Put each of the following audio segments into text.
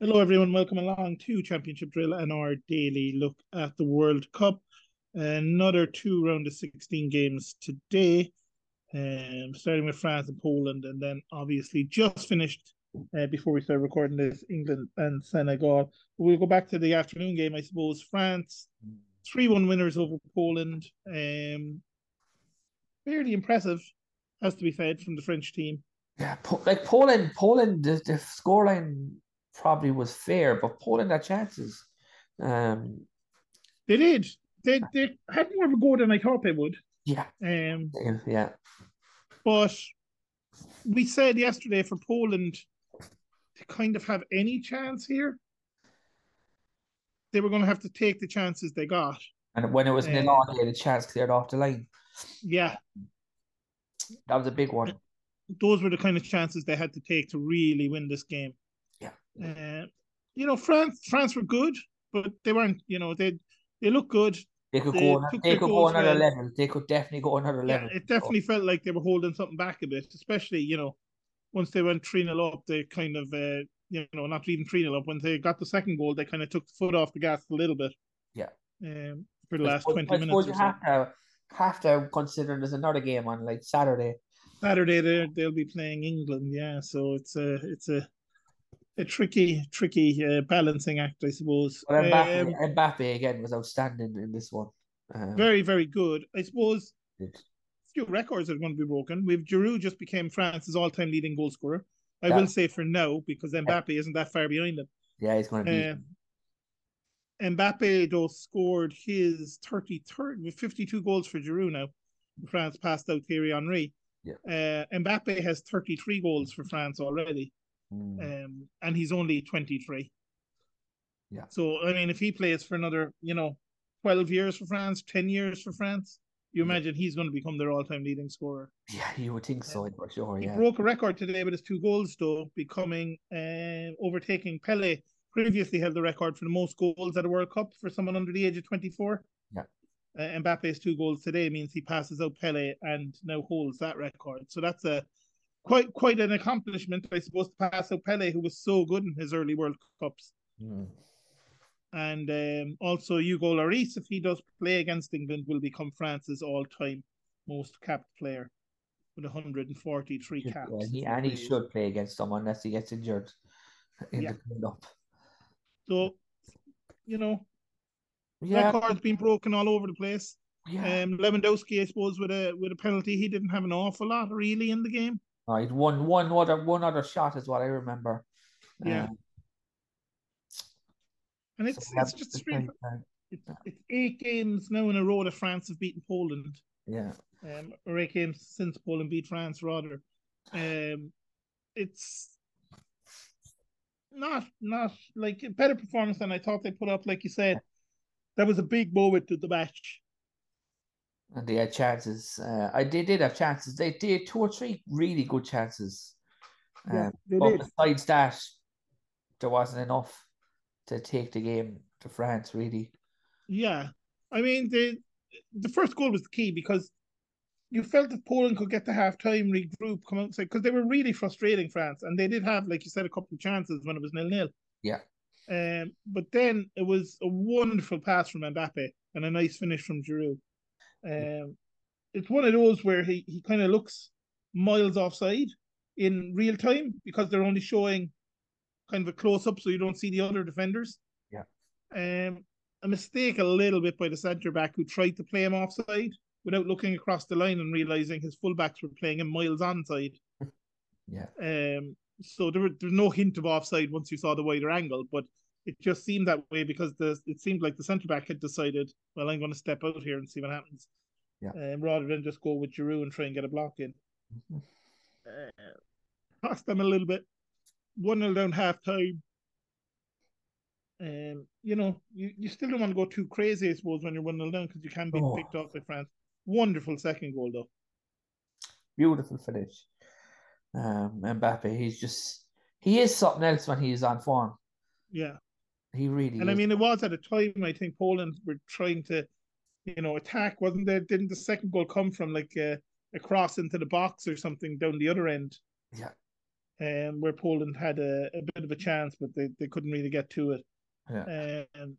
Hello, everyone. Welcome along to Championship Drill and our daily look at the World Cup. Another two round of 16 games today, um, starting with France and Poland, and then obviously just finished uh, before we start recording this England and Senegal. We'll go back to the afternoon game, I suppose. France, 3 1 winners over Poland. Um, fairly impressive, has to be said, from the French team. Yeah, like Poland, Poland, the, the scoreline probably was fair, but Poland had chances. Um, they did. They they had more of a go than I thought they would. Yeah. Um, yeah. But we said yesterday for Poland to kind of have any chance here, they were going to have to take the chances they got. And when it was nil um, they had a chance cleared off the line. Yeah. That was a big one. Those were the kind of chances they had to take to really win this game. Uh, you know, France France were good, but they weren't. You know, they they look good. They could they go. They could go another well. level. They could definitely go another level. Yeah, it definitely oh. felt like they were holding something back a bit, especially you know, once they went three 0 up, they kind of uh, you know not even three 0 up. When they got the second goal, they kind of took the foot off the gas a little bit. Yeah. Um, for the last suppose, twenty minutes. You have so. to have to consider there's another game on like Saturday. Saturday they they'll be playing England, yeah. So it's a it's a a tricky, tricky uh, balancing act, I suppose. Well, Mbappe, um, Mbappe again was outstanding in this one. Um, very, very good. I suppose a few records are going to be broken. We've Giroud just became France's all-time leading goalscorer. I that, will say for now because Mbappe yeah. isn't that far behind him. Uh, Yeah, he's going to be. Um, Mbappe though scored his 33rd with 52 goals for Giroud now. France passed out Thierry Henry. Yeah. Uh, Mbappe has 33 goals for France already. Mm. Um, and he's only 23. Mm-hmm. Yeah. So I mean, if he plays for another, you know, 12 years for France, 10 years for France, you imagine he's going to become their all-time leading scorer. Yeah, you would think so um, for sure. Yeah. He broke a record today with his two goals, though, becoming uh, overtaking Pele. Previously held the record for the most goals at a World Cup for someone under the age of 24. Yeah. Uh, Mbappe's two goals today means he passes out Pele and now holds that record. So that's a quite quite an accomplishment, I suppose, to pass out Pele, who was so good in his early World Cups. Mm. And um, also Hugo Lloris, if he does play against England, will become France's all-time most capped player with 143 caps. Yeah, he, and he should play against someone unless he gets injured in yeah. the build-up. So, you know, yeah. records being broken all over the place. Yeah. Um, Lewandowski, I suppose, with a with a penalty, he didn't have an awful lot really in the game. No, he'd won one other one other shot is what I remember. Uh, Yeah. Um, and it's so it's just strange. uh, It's, it's, eight games now in a row that France have beaten Poland. Yeah. Um, or eight games since Poland beat France rather. Um, it's not not like a better performance than I thought they put up. Like you said, that was a big moment to the match. And they had chances. Uh, I they did have chances. They did two or three really good chances. Yeah, um, they but did. besides that, there wasn't enough to take the game to France. Really. Yeah, I mean the the first goal was the key because you felt that Poland could get to half time, regroup, come out because they were really frustrating France, and they did have, like you said, a couple of chances when it was nil nil. Yeah. Um, but then it was a wonderful pass from Mbappe and a nice finish from Giroud. Um, it's one of those where he, he kind of looks miles offside in real time because they're only showing kind of a close up, so you don't see the other defenders. Yeah. Um, a mistake a little bit by the centre back who tried to play him offside without looking across the line and realizing his fullbacks were playing him miles onside. yeah. Um. So there, were, there was no hint of offside once you saw the wider angle, but it just seemed that way because the it seemed like the centre back had decided, well, I'm going to step out here and see what happens, yeah. um, rather than just go with Giroud and try and get a block in. Mm-hmm. Uh, cost them a little bit. One 0 down half time. Um, you know, you, you still don't want to go too crazy, I suppose, when you're one 0 down because you can be oh. picked off by France. Wonderful second goal though. Beautiful finish. Um, Mbappe, he's just he is something else when he is on form. Yeah. He really. And is. I mean, it was at a time I think Poland were trying to, you know, attack, wasn't there? Didn't the uh, second goal come from like a, a cross into the box or something down the other end? Yeah. um, where Poland had a, a bit of a chance, but they, they couldn't really get to it. Yeah. Um,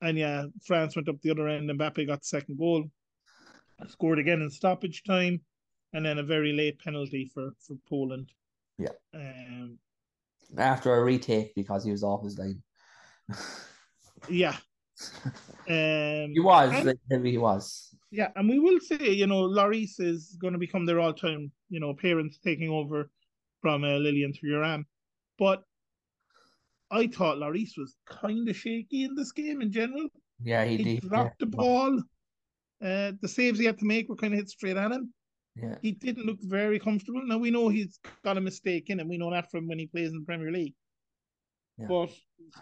and yeah, France went up the other end. Mbappe got the second goal, scored again in stoppage time, and then a very late penalty for for Poland. Yeah. Um, After a retake because he was off his line. yeah. Um, he was. And- like, maybe he was. Yeah, and we will say, you know, Lloris is going to become their all-time, you know, parents taking over from uh, Lillian Thuram. But I thought Lloris was kind of shaky in this game in general. Yeah, he, He, did. dropped yeah. the ball. Uh, the saves he had to make were kind of hit straight at him. Yeah. He didn't look very comfortable. Now we know he's got a mistake in him. We know that from when he plays in the Premier League. Yeah. But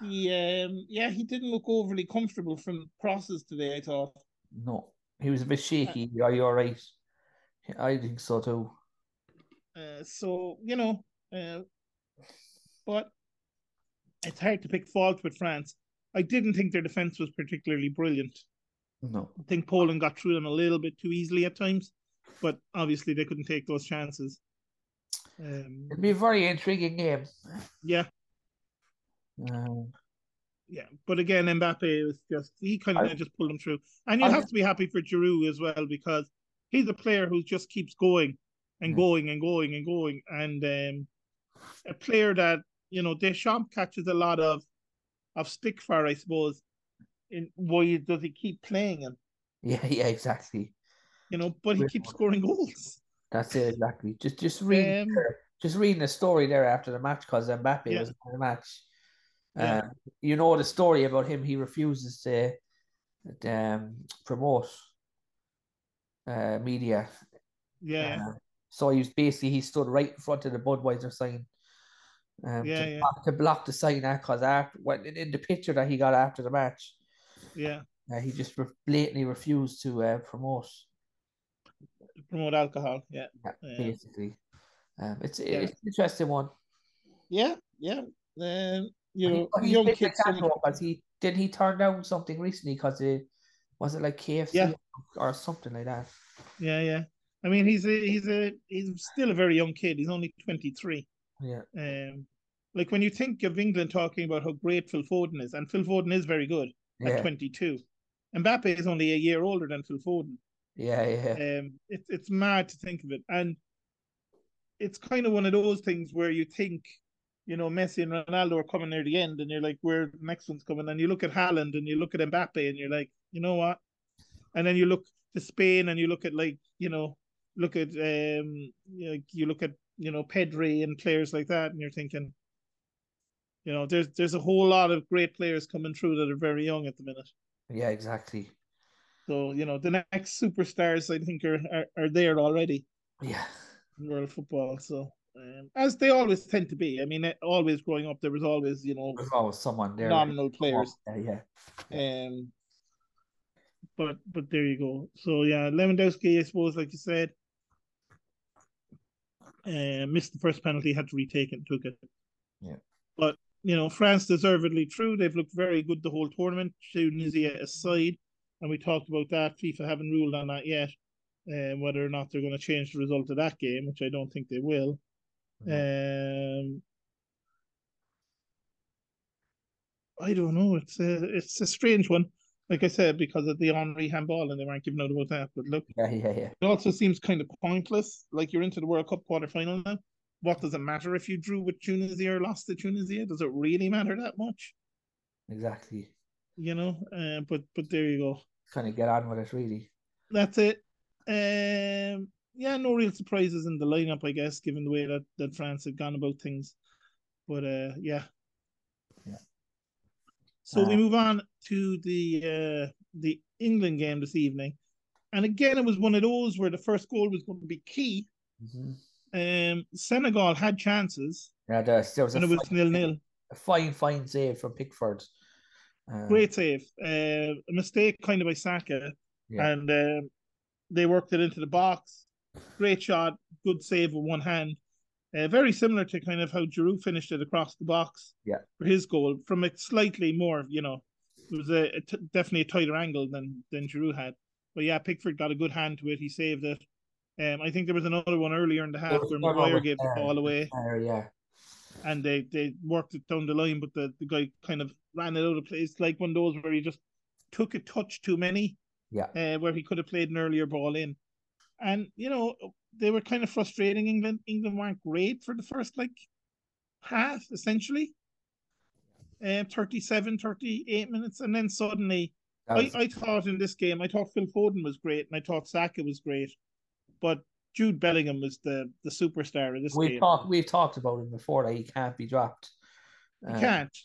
he, um, yeah, he didn't look overly comfortable from crosses today. I thought. No, he was a bit shaky. Are you all right? I think so too. Uh, so you know, uh, but it's hard to pick fault with France. I didn't think their defense was particularly brilliant. No. I think Poland got through them a little bit too easily at times, but obviously they couldn't take those chances. Um, It'd be a very intriguing game. yeah, Um, yeah, but again, Mbappe was just he kind I- of just pulled them through, and you I- have to be happy for Giroud as well because he's a player who just keeps going and Mm. going and going and going, and um, a player that you know Deschamps catches a lot of of stick for, I suppose. In why does he keep playing him? yeah, yeah, exactly. You know, but he Yeah. keeps scoring goals. That's it, exactly. Just just reading Um, there- just reading the story there after the match because Mbappe Yeah. was in the match. Yeah. Um, you know the story about him. He refuses to um, promote uh, media. Yeah, Uh, so he was basically he stood right in front of the Budweiser sign. Um, Yeah, to, yeah. Block, to block the sign because after when in, in the picture that he got after the match, yeah. uh, he just re- blatantly refused to uh, promote. Promote alcohol. Yeah, Yeah, yeah, basically. Um, it's Yeah. it's an interesting one. yeah. yeah. Um, you And he- know, but he's young been kids. like so that much- though, 'cause he did he turn down something recently because it was it like KFC Yeah. or something like that. Yeah, yeah. I mean, he's a, he's a he's still a very young kid. He's only twenty three. Yeah, Um, like when you think of England talking about how great Phil Foden is, and Phil Foden is very good at yeah, twenty two. Mbappe is only a year older than Phil Foden. yeah, yeah, Um, it's it's mad to think of it, and it's kind of one of those things where you think, you know, Messi and Ronaldo are coming near the end, and you're like, where the next one's coming, and you look at Haaland and you look at Mbappe, and you're like, you know what? And then you look to Spain and you look at like, you know, look at um, like you look at you know Pedri and players like that, and you're thinking. You know, there's there's a whole lot of great players coming through that are very young at the minute. yeah, exactly. So you know, the next superstars I think are are, are there already. Yeah, in world football. So, um, as they always tend to be. I mean, eh, always growing up, there was always you know there's always someone there. like, nominal come on, players. Yeah, yeah. Um, but but there you go. So yeah, Lewandowski, I suppose, like you said, uh, missed the first penalty, had to retake it, took it. Yeah. But you know, France deservedly true. They've looked very good the whole tournament. Tunisia aside, and we talked about that. FIFA haven't ruled on that yet. Um, whether or not they're going to change the result of that game, which I don't think they will. Um, I don't know. It's a it's a strange one. Like I said, because of the Henri handball, and they weren't giving out about that. But look, Yeah, yeah, yeah. it also seems kind of pointless. Like you're into the World Cup quarterfinal now. What does it matter if you drew with Tunisia or lost to Tunisia? Does it really matter that much? Exactly. You know. Uh, but but there you go. Kind of get on with it, really. That's it. Um, yeah, no real surprises in the lineup, I guess, given the way that that France had gone about things. But uh, yeah. Yeah. So we Uh, move on to the uh, the England game this evening, and again it was one of those where the first goal was going to be key. hmm Um, Senegal had chances, Yeah, there's, uh, there was a, and it was fine, nil nil. a fine, fine save from Pickford. Um, Great save, uh, a mistake kind of by Saka, Yeah. and um, they worked it into the box. Great shot, good save with one hand. Uh, very similar to kind of how Giroud finished it across the box Yeah. for his goal from a slightly more, you know, it was a, a t- definitely a tighter angle than than Giroud had. But yeah, Pickford got a good hand to it. He saved it. Um, I think there was another one earlier in the half was where one Maguire over gave the there. ball away. there, uh, yeah. and they they worked it down the line, but the, the guy kind of ran it out of place. It's like one of those where he just took a touch too many. Yeah. Uh, where he could have played an earlier ball in, and you know they were kind of frustrating. England England weren't great for the first like half essentially. Uh, 37, 38 minutes, and then suddenly That was- I, I thought in this game, I thought Phil Foden was great, and I thought Saka was great, but Jude Bellingham was the the superstar of this we've game. talked we've talked about him before that he can't be dropped. He Uh, can't.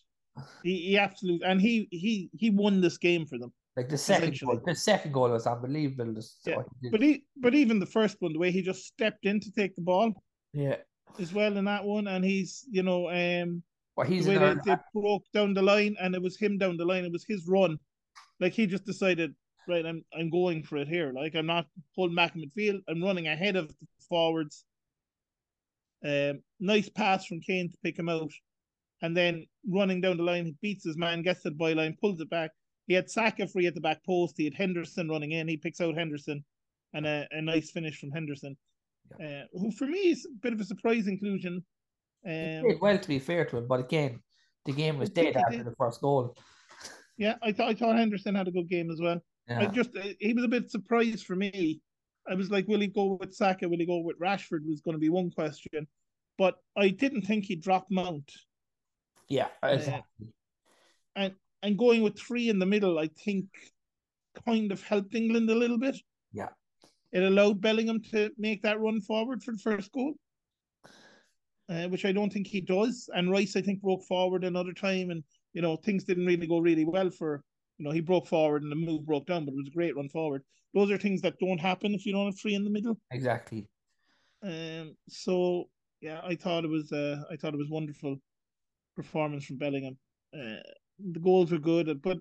He, he absolutely and he he he won this game for them. Like the second Essentially. goal, the second goal was unbelievable. Just Yeah, what he did. But he but even the first one, the way he just stepped in to take the ball yeah. as well in that one, and he's you know um Well, he's the way another, they, they broke down the line, and it was him down the line. It was his run. Like he just decided, right, I'm I'm going for it here. Like I'm not holding back in midfield. I'm running ahead of the forwards. Um, nice pass from Kane to pick him out, and then running down the line, he beats his man, gets to the byline, pulls it back. He had Saka free at the back post. He had Henderson running in. He picks out Henderson, and a, a nice finish from Henderson, uh, who for me is a bit of a surprise inclusion. he Um, played well to be fair to him, but again, the game was I think dead he after did. the first goal. Yeah, I thought I thought Henderson had a good game as well. I Yeah. just he was a bit surprised for me. I was like, will he go with Saka? Will he go with Rashford? Was going to be one question, but I didn't think he'd drop Mount. Yeah, exactly. And going with three in the middle, I think, kind of helped England a little bit. Yeah. it allowed Bellingham to make that run forward for the first goal, uh, which I don't think he does. And Rice, I think, broke forward another time, and you know things didn't really go really well for. You know, he broke forward and the move broke down, but it was a great run forward. Those are things that don't happen if you don't have three in the middle. Exactly. Um, so yeah, I thought it was uh, I thought it was wonderful performance from Bellingham. Uh, the goals were good, but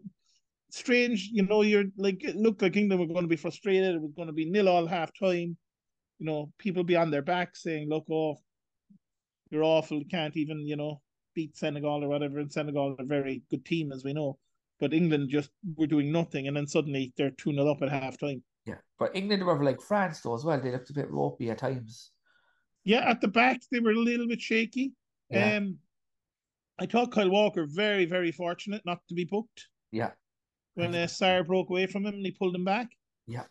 strange, you know. You're like it looked like England were going to be frustrated. It was going to be nil all half time. You know, people be on their back saying, "Look off, you're awful. You can't even you know beat Senegal or whatever." And Senegal are a very good team, as we know. But England just were doing nothing, and then suddenly they're two 0 up at half time. Yeah. But England were like France though as well. They looked a bit ropey at times. Yeah, at the back they were a little bit shaky. Yeah. Um, I thought Kyle Walker very, very fortunate not to be booked Yeah. when uh, Exactly. Sarr broke away from him and he pulled him back. Yeah. Uh,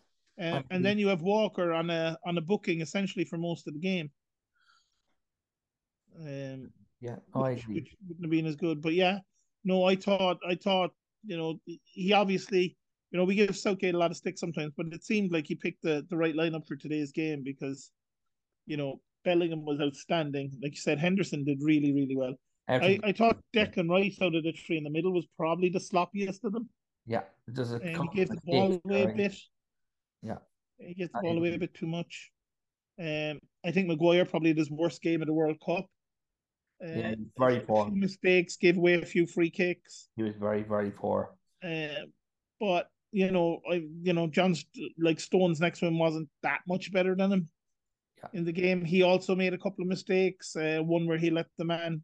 Absolutely. and then you have Walker on a on a booking essentially for most of the game. Um, Yeah. No, I which, agree. which wouldn't have been as good. But yeah, no, I thought, I thought, you know, he obviously, you know, we give Southgate a lot of stick sometimes, but it seemed like he picked the, the right lineup for today's game because, you know, Bellingham was outstanding. Like you said, Henderson did really, really well. I, Everything- I thought Declan Rice out of the three in the middle was probably the sloppiest of them. yeah. There's a And he couple gave of the ball mistakes away a there, bit. Yeah. He gave the I ball away a agree. bit too much. Um, I think Maguire probably had his worst game of the World Cup. Uh, Yeah, very a poor. few mistakes, gave away a few free kicks. He was very, very poor. Uh, but you know, I you know, John's like Stones next to him wasn't that much better than him Yeah. in the game. He also made a couple of mistakes. Uh, one where he let the man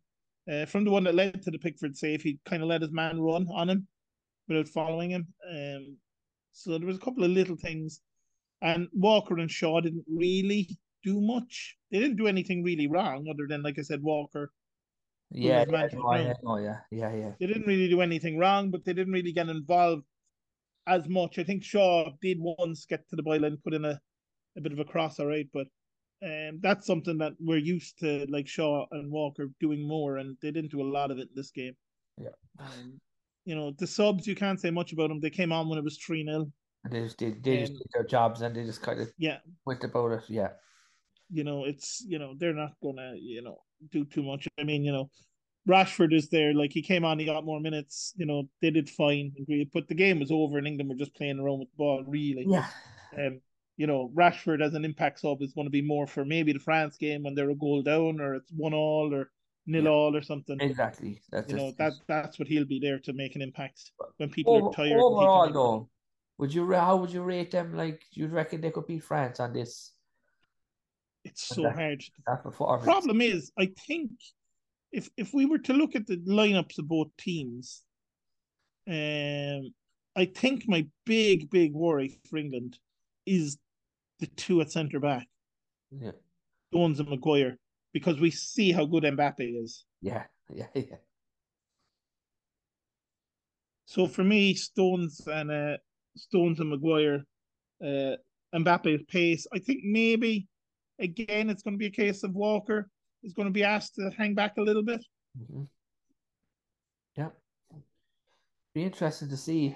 uh, from the one that led to the Pickford save, he kind of let his man run on him without following him. Um, so there was a couple of little things, and Walker and Shaw didn't really do much. They didn't do anything really wrong, other than like I said, Walker. Yeah. was yeah meant to no, I win. know, Oh yeah. Yeah. Yeah. They didn't really do anything wrong, but they didn't really get involved as much. I think Shaw did once get to the byline, put in a, a bit of a cross, all right, but um, that's something that we're used to, like Shaw and Walker doing more, and they didn't do a lot of it in this game. Yeah. Um, you know, the subs, you can't say much about them. They came on when it was 3 0. And they just did they just Um, did their jobs and they just kind of Yeah, went about it. Yeah. you know, it's, you know, they're not going to, you know, do too much. I mean, you know, Rashford is there. Like, he came on, he got more minutes. You know, they did fine, agreed. But the game was over, and England were just playing around with the ball, really. Yeah. um, you know, Rashford as an impact sub is going to be more for maybe the France game when they're a goal down or it's one all or nil Yeah. all or something. Exactly. That's You know, just- that that's what he'll be there to make an impact when people Over- are tired. and he can overall, make- though, would you ra- how would you rate them? Like, you would reckon they could beat France on this It's so hard. that performance? Problem is, I think if if we were to look at the lineups of both teams, um, I think my big big worry for England is the two at centre back, Yeah. Jones and Maguire, because we see how good Mbappe is. Yeah, yeah, yeah. So for me, Stones and uh, Stones and Maguire, uh, Mbappe's pace. I think maybe again it's going to be a case of Walker is going to be asked to hang back a little bit. Mm-hmm. Yeah. Be interesting to see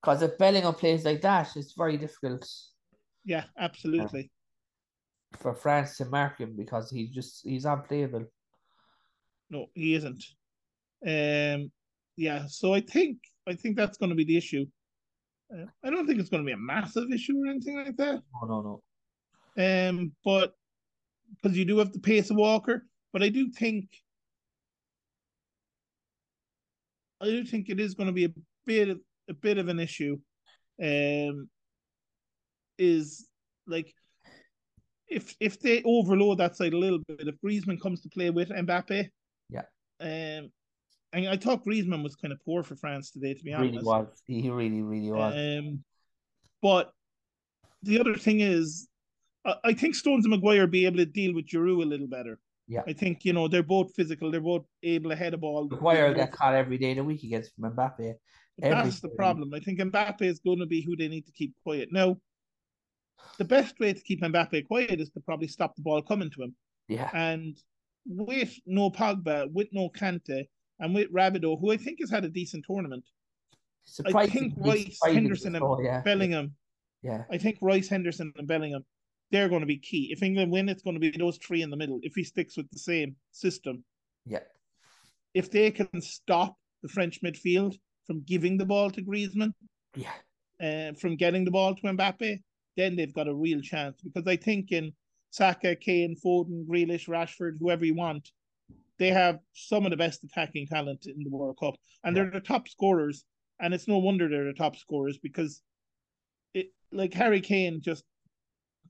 because if Bellingham plays like that, it's very difficult Yeah, absolutely. for France to mark him because he just he's unplayable. No, he isn't. Um, yeah. So I think I think that's going to be the issue. Uh, I don't think it's going to be a massive issue or anything like that. No, no, no. Um, but because you do have the pace of Walker, but I do think I do think it is going to be a bit of, a bit of an issue. Um, is like if if they overload that side a little bit, if Griezmann comes to play with Mbappe, Yeah. um, and I thought Griezmann was kind of poor for France today, to be Really honest. was. He really, really was. Um, but the other thing is, I, I think Stones and Maguire be able to deal with Giroud a little better. Yeah. I think you know they're both physical. They're both able to head a ball. Maguire They're get both- caught every day of the week against Mbappe. every That's the day. problem. I think Mbappe is going to be who they need to keep quiet. Now, the best way to keep Mbappe quiet is to probably stop the ball coming to him. Yeah. And with no Pogba, with no Kante, and with Rabido, who I think has had a decent tournament, Surprising. think he's Rice, surprising Henderson and before, yeah. Bellingham, Yeah. I think Rice, Henderson, and Bellingham, they're going to be key. If England win, it's going to be those three in the middle. If he sticks with the same system, Yeah. if they can stop the French midfield from giving the ball to Griezmann, Yeah. uh, from getting the ball to Mbappe, then they've got a real chance. Because I think in Saka, Kane, Foden, Grealish, Rashford, whoever you want, they have some of the best attacking talent in the World Cup, and Yeah. they're the top scorers. And it's no wonder they're the top scorers because, it like Harry Kane just,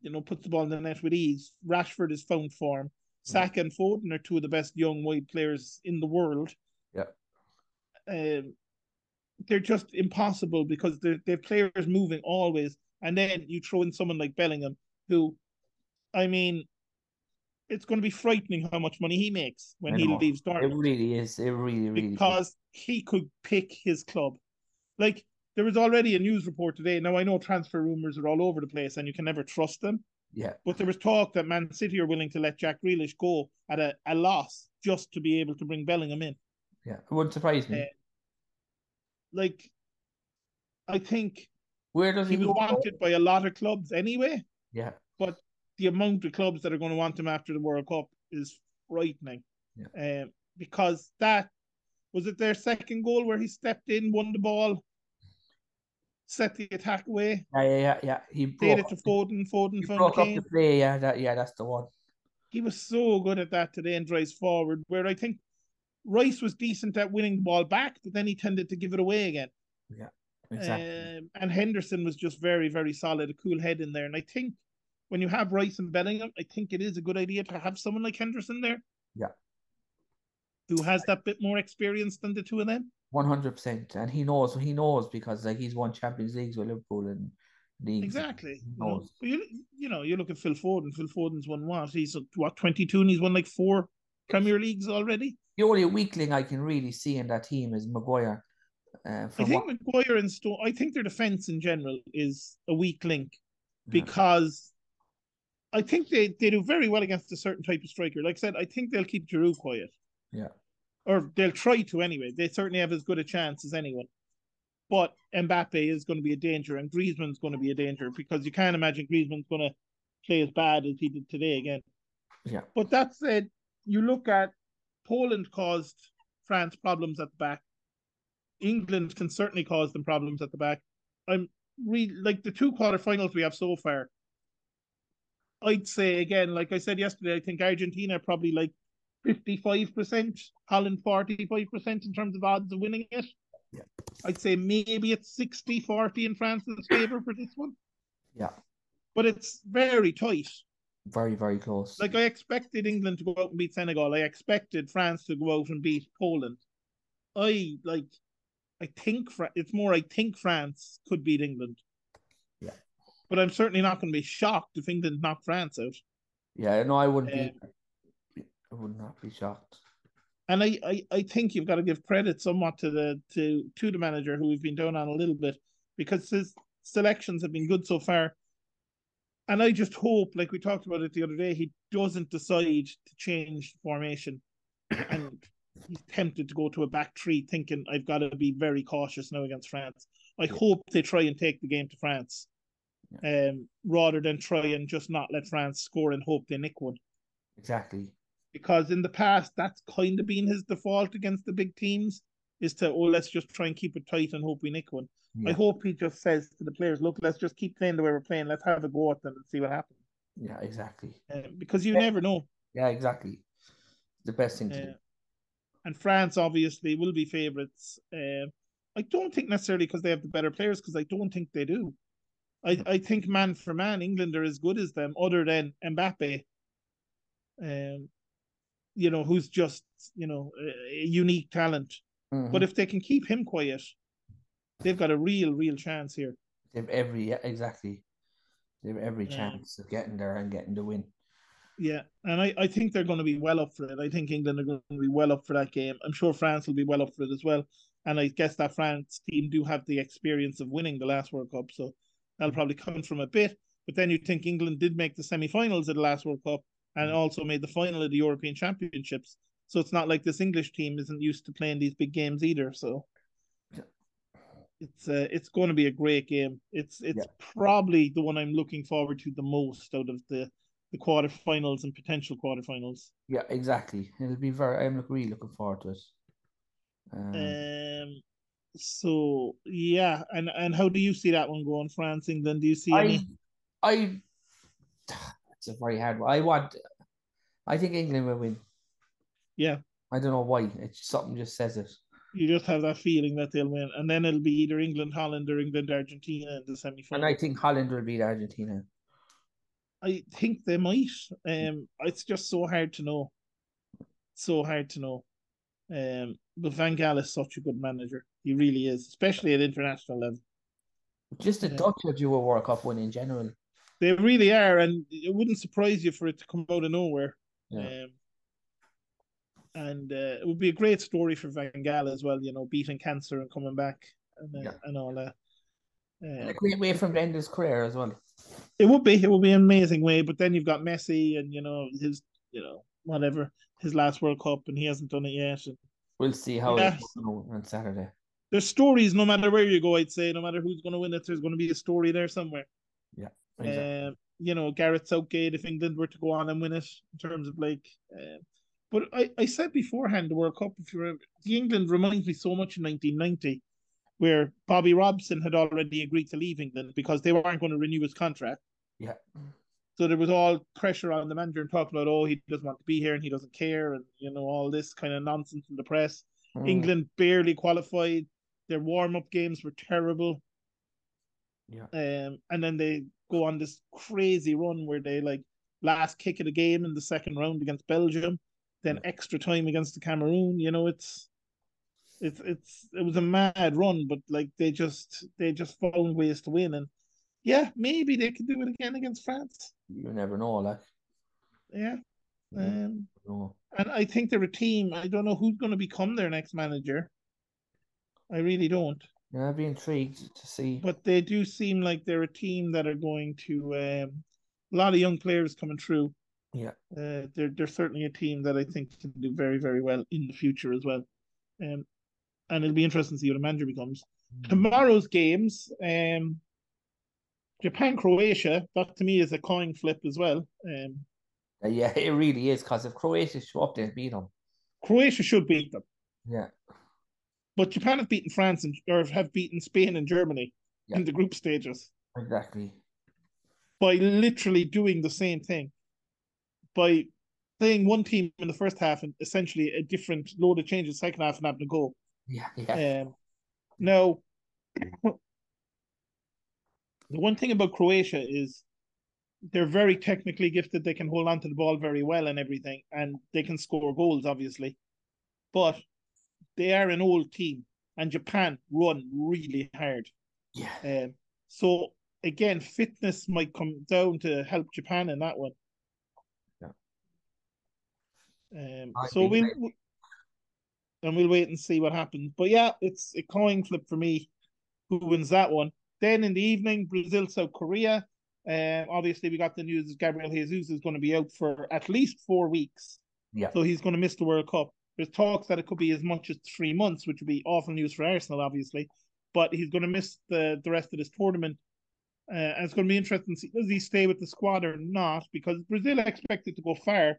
you know, puts the ball in the net with ease. Rashford is found form. Saka and Foden are two of the best young wide players in the world. Yeah. Um, they're just impossible because they're they're players moving always, and then you throw in someone like Bellingham, who, I mean, it's going to be frightening how much money he makes when I he know. leaves It Dortmund really is. It really, really is. because he could pick his club. Like there was already a news report today. Now I know transfer rumors are all over the place, and you can never trust them. Yeah. But there was talk that Man City are willing to let Jack Grealish go at a, a loss just to be able to bring Bellingham in. Yeah. It wouldn't surprise me. Uh, Like, I think Where does he, he was go? wanted by a lot of clubs anyway. Yeah. The amount of clubs that are going to want him after the World Cup is frightening. Um, because that was it their second goal where he stepped in, won the ball, set the attack away, Yeah. Yeah. Yeah. yeah. He played broke, it up to the- Foden, Foden he found broke up Kane. the play. Yeah. That, yeah. That's the one. He was so good at that today and drives forward, where I think Rice was decent at winning the ball back, but then he tended to give it away again. Exactly. Um, and Henderson was just very, very solid, a cool head in there. And I think when you have Rice and Bellingham, I think it is a good idea to have someone like Henderson there. Yeah. Who has that bit more experience than the two of them? One hundred percent, and he knows. He knows because like he's won Champions Leagues with Liverpool and leagues. Exactly. He You know, knows. But you, you know, you look at Phil Foden. Phil Foden's won what? He's uh, what twenty two, and he's won like four Premier Leagues already. The only weakling I can really see in that team is Maguire. Uh, I from think what, Maguire and Stone. I think their defense in general is a weak link Yeah. because I think they, they do very well against a certain type of striker. Like I said, I think they'll keep Giroud quiet. Yeah. Or they'll try to anyway. They certainly have as good a chance as anyone. But Mbappe is going to be a danger and Griezmann's going to be a danger because you can't imagine Griezmann's going to play as bad as he did today again. Yeah. But that said, you look at Poland caused France problems at the back. England can certainly cause them problems at the back. I'm re like the two quarterfinals we have so far. I'd say again, like I said yesterday, I think Argentina probably like fifty-five percent, Holland forty-five percent in terms of odds of winning it. Yeah. I'd say maybe it's 60-40 in France's favour for this one. Yeah. But it's very tight. very very close. Like I expected England to go out and beat Senegal. I expected France to go out and beat Poland. I like. I think Fra- it's more. I think France could beat England. Yeah. But I'm certainly not going to be shocked if England knock France out. yeah, no, I wouldn't be. Um, I would not be shocked. And I, I, I think you've got to give credit somewhat to the to to the manager who we've been down on a little bit because his selections have been good so far. And I just hope, like we talked about it the other day, he doesn't decide to change formation and he's tempted to go to a back three thinking I've got to be very cautious now against France. I hope they try and take the game to France. Um, rather than try and just not let France score and hope they nick one. Exactly. Because in the past, that's kind of been his default against the big teams is to, oh, let's just try and keep it tight and hope we nick one. I Yeah. hope he just says to the players, look, let's just keep playing the way we're playing. Let's have a go at them and see what happens. Yeah, exactly. Um, because you Yeah. never know. Yeah, exactly. The best thing to Uh, do. and France obviously will be favourites. Um, I don't think necessarily because they have the better players, because I don't think they do. I, I think man for man, England are as good as them, other than Mbappe. Um, you know who's just you know a a unique talent. But Mhm. if they can keep him quiet, they've got a real, real chance here. They've every yeah, exactly. They've every Um, chance of getting there and getting the win. Yeah, and I, I think they're going to be well up for it. I think England are going to be well up for that game. I'm sure France will be well up for it as well. And I guess that France team do have the experience of winning the last World Cup, so that'll probably come from a bit. But then you think England did make the semi-finals at the last World Cup and also made the final of the European Championships. So it's not like this English team isn't used to playing these big games either. So Yeah. it's uh, it's going to be a great game. It's it's probably the one I'm looking forward to the most out of the the quarterfinals and potential quarterfinals. Yeah, exactly. It'll be very. I'm look- really looking forward to it. Um, Um, so yeah, and and how do you see that one going, France, England? Do you see any? I, I, it's a very hard one. I want, I think England will win. Yeah. I don't know why. It's something just says it. You just have that feeling that they'll win, and then it'll be either England, Holland, or England, Argentina in the semi And I final. think Holland will beat Argentina. I think they might. Mm. Um, it's just so hard to know. So hard to know. Um, but Van Gaal is such a good manager. He really is, especially at international level. Just the Yeah. Dutch will do a World Cup win in general. They really are, and it wouldn't surprise you for it to come out of nowhere. Yeah. Um, and uh, it would be a great story for Van Gaal as well, you know, beating cancer and coming back and, uh, Yeah. and all that. And Uh, a great way from the end of his career as well. it would be it would be an amazing way, but then you've got Messi and you know his you know whatever his last World Cup and he hasn't done it yet. And We'll see how Yeah. it goes on on Saturday. there's stories no matter where you go. I'd say no matter who's going to win it, there's going to be a story there somewhere. Exactly. Um, you know, Gareth Southgate, if England were to go on and win it in terms of like, um, but I, I said beforehand the World Cup, if you remember, the England reminds me so much of 1990, where Bobby Robson had already agreed to leave England because they weren't going to renew his contract. Yeah. So there was all pressure on the manager and talking about, oh, he doesn't want to be here and he doesn't care and, you know, all this kind of nonsense in the press. Mm, England barely qualified. Their warm up games were terrible. Yeah. Um, and then they go on this crazy run where they like last kick of the game in the second round against Belgium, then extra time against the Cameroon. You know, it's it's it's it was a mad run, but like they just they just found ways to win. And yeah, maybe they could do it again against France. You never know, like. Yeah. you never Um, know. And I think they're a team. I don't know who's going to become their next manager. I really don't. Yeah, I'd be intrigued to see. But they do seem like they're a team that are going to um, a lot of young players coming through. Yeah. Uh, they're they're certainly a team that I think can do very very well in the future as well. Um, and it'll be interesting to see what the manager becomes. Hmm. Tomorrow's games, um, Japan Croatia. That to me is a coin flip as well. Um, Uh, Yeah, it really is because if Croatia show up, they'll beat them. Croatia should beat them, Yeah. but Japan have beaten France and or have beaten Spain and Germany Yeah. in the group stages. Exactly. by literally doing the same thing by playing one team in the first half and essentially a different load of changes second half and having a goal. Yeah. Yeah. Um, now, the one thing about Croatia is they're very technically gifted. They can hold on to the ball very well and everything, and they can score goals, obviously. But they are an old team, and Japan run really hard. yeah. Um, so again, fitness might come down to help Japan in that one. Yeah. Um, I so Um, think we'll, they- we- and we'll wait and see what happens. But yeah, it's a coin flip for me who wins that one. Then in the evening, Brazil, South Korea. Um, obviously, we got the news that Gabriel Jesus is going to be out for at least four weeks. Yeah. So he's going to miss the World Cup. There's talks that it could be as much as three months, which would be awful news for Arsenal, obviously. But he's going to miss the, the rest of this tournament. Uh, and it's going to be interesting to see does he stay with the squad or not, because Brazil are expected to go far.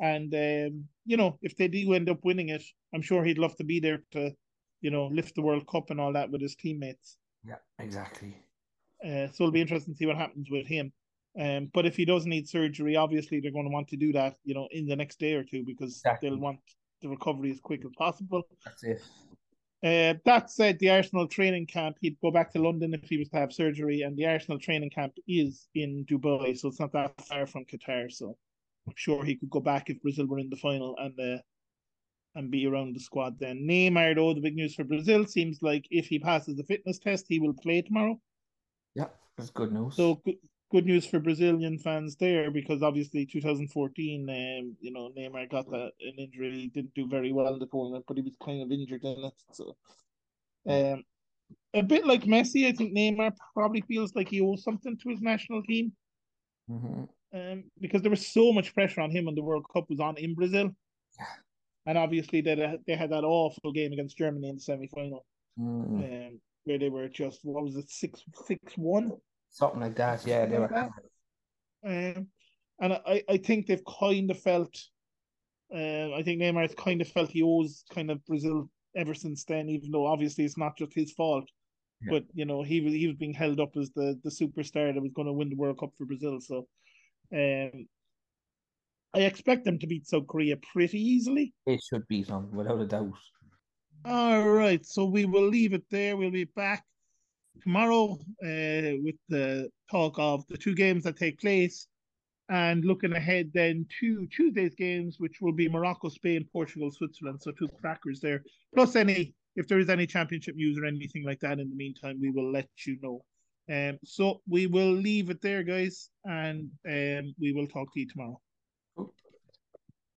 And, um, you know, if they do end up winning it, I'm sure he'd love to be there to, you know, lift the World Cup and all that with his teammates. Yeah, exactly. Uh, so it'll be interesting to see what happens with him. Um, but if he does need surgery, obviously they're going to want to do that, you know, in the next day or two because Exactly. they'll want the recovery as quick as possible. That's it. Uh, that said, the Arsenal training camp, he'd go back to London if he was to have surgery, and the Arsenal training camp is in Dubai, so it's not that far from Qatar. So I'm sure he could go back if Brazil were in the final and uh, and be around the squad then. Neymar, though, the big news for Brazil seems like if he passes the fitness test, he will play tomorrow. Yeah, that's good news. So good, good news for Brazilian fans there because obviously 2014, um, you know, Neymar got that an injury, he didn't do very well in the tournament, but he was kind of injured in it. So, um, a bit like Messi, I think Neymar probably feels like he owes something to his national team. hmm Um, because there was so much pressure on him when the World Cup was on in Brazil, and obviously they they had that awful game against Germany in the semi final, mm um, where they were just what was it six six one. Something like that. Yeah, they Something were. like Um, and I, I think they've kind of felt, um, I think Neymar's kind of felt he owes kind of Brazil ever since then, even though obviously it's not just his fault. Yeah. But you know he was he was being held up as the the superstar that was going to win the World Cup for Brazil. So, um, I expect them to beat South Korea pretty easily. It should beat them without a doubt. All right, so we will leave it there. We'll be back tomorrow uh, with the talk of the two games that take place and looking ahead then to Tuesday's games, which will be Morocco, Spain, Portugal, Switzerland. So two crackers there. Plus any if there is any championship news or anything like that in the meantime, we will let you know. Um, so we will leave it there, guys, and um, we will talk to you tomorrow.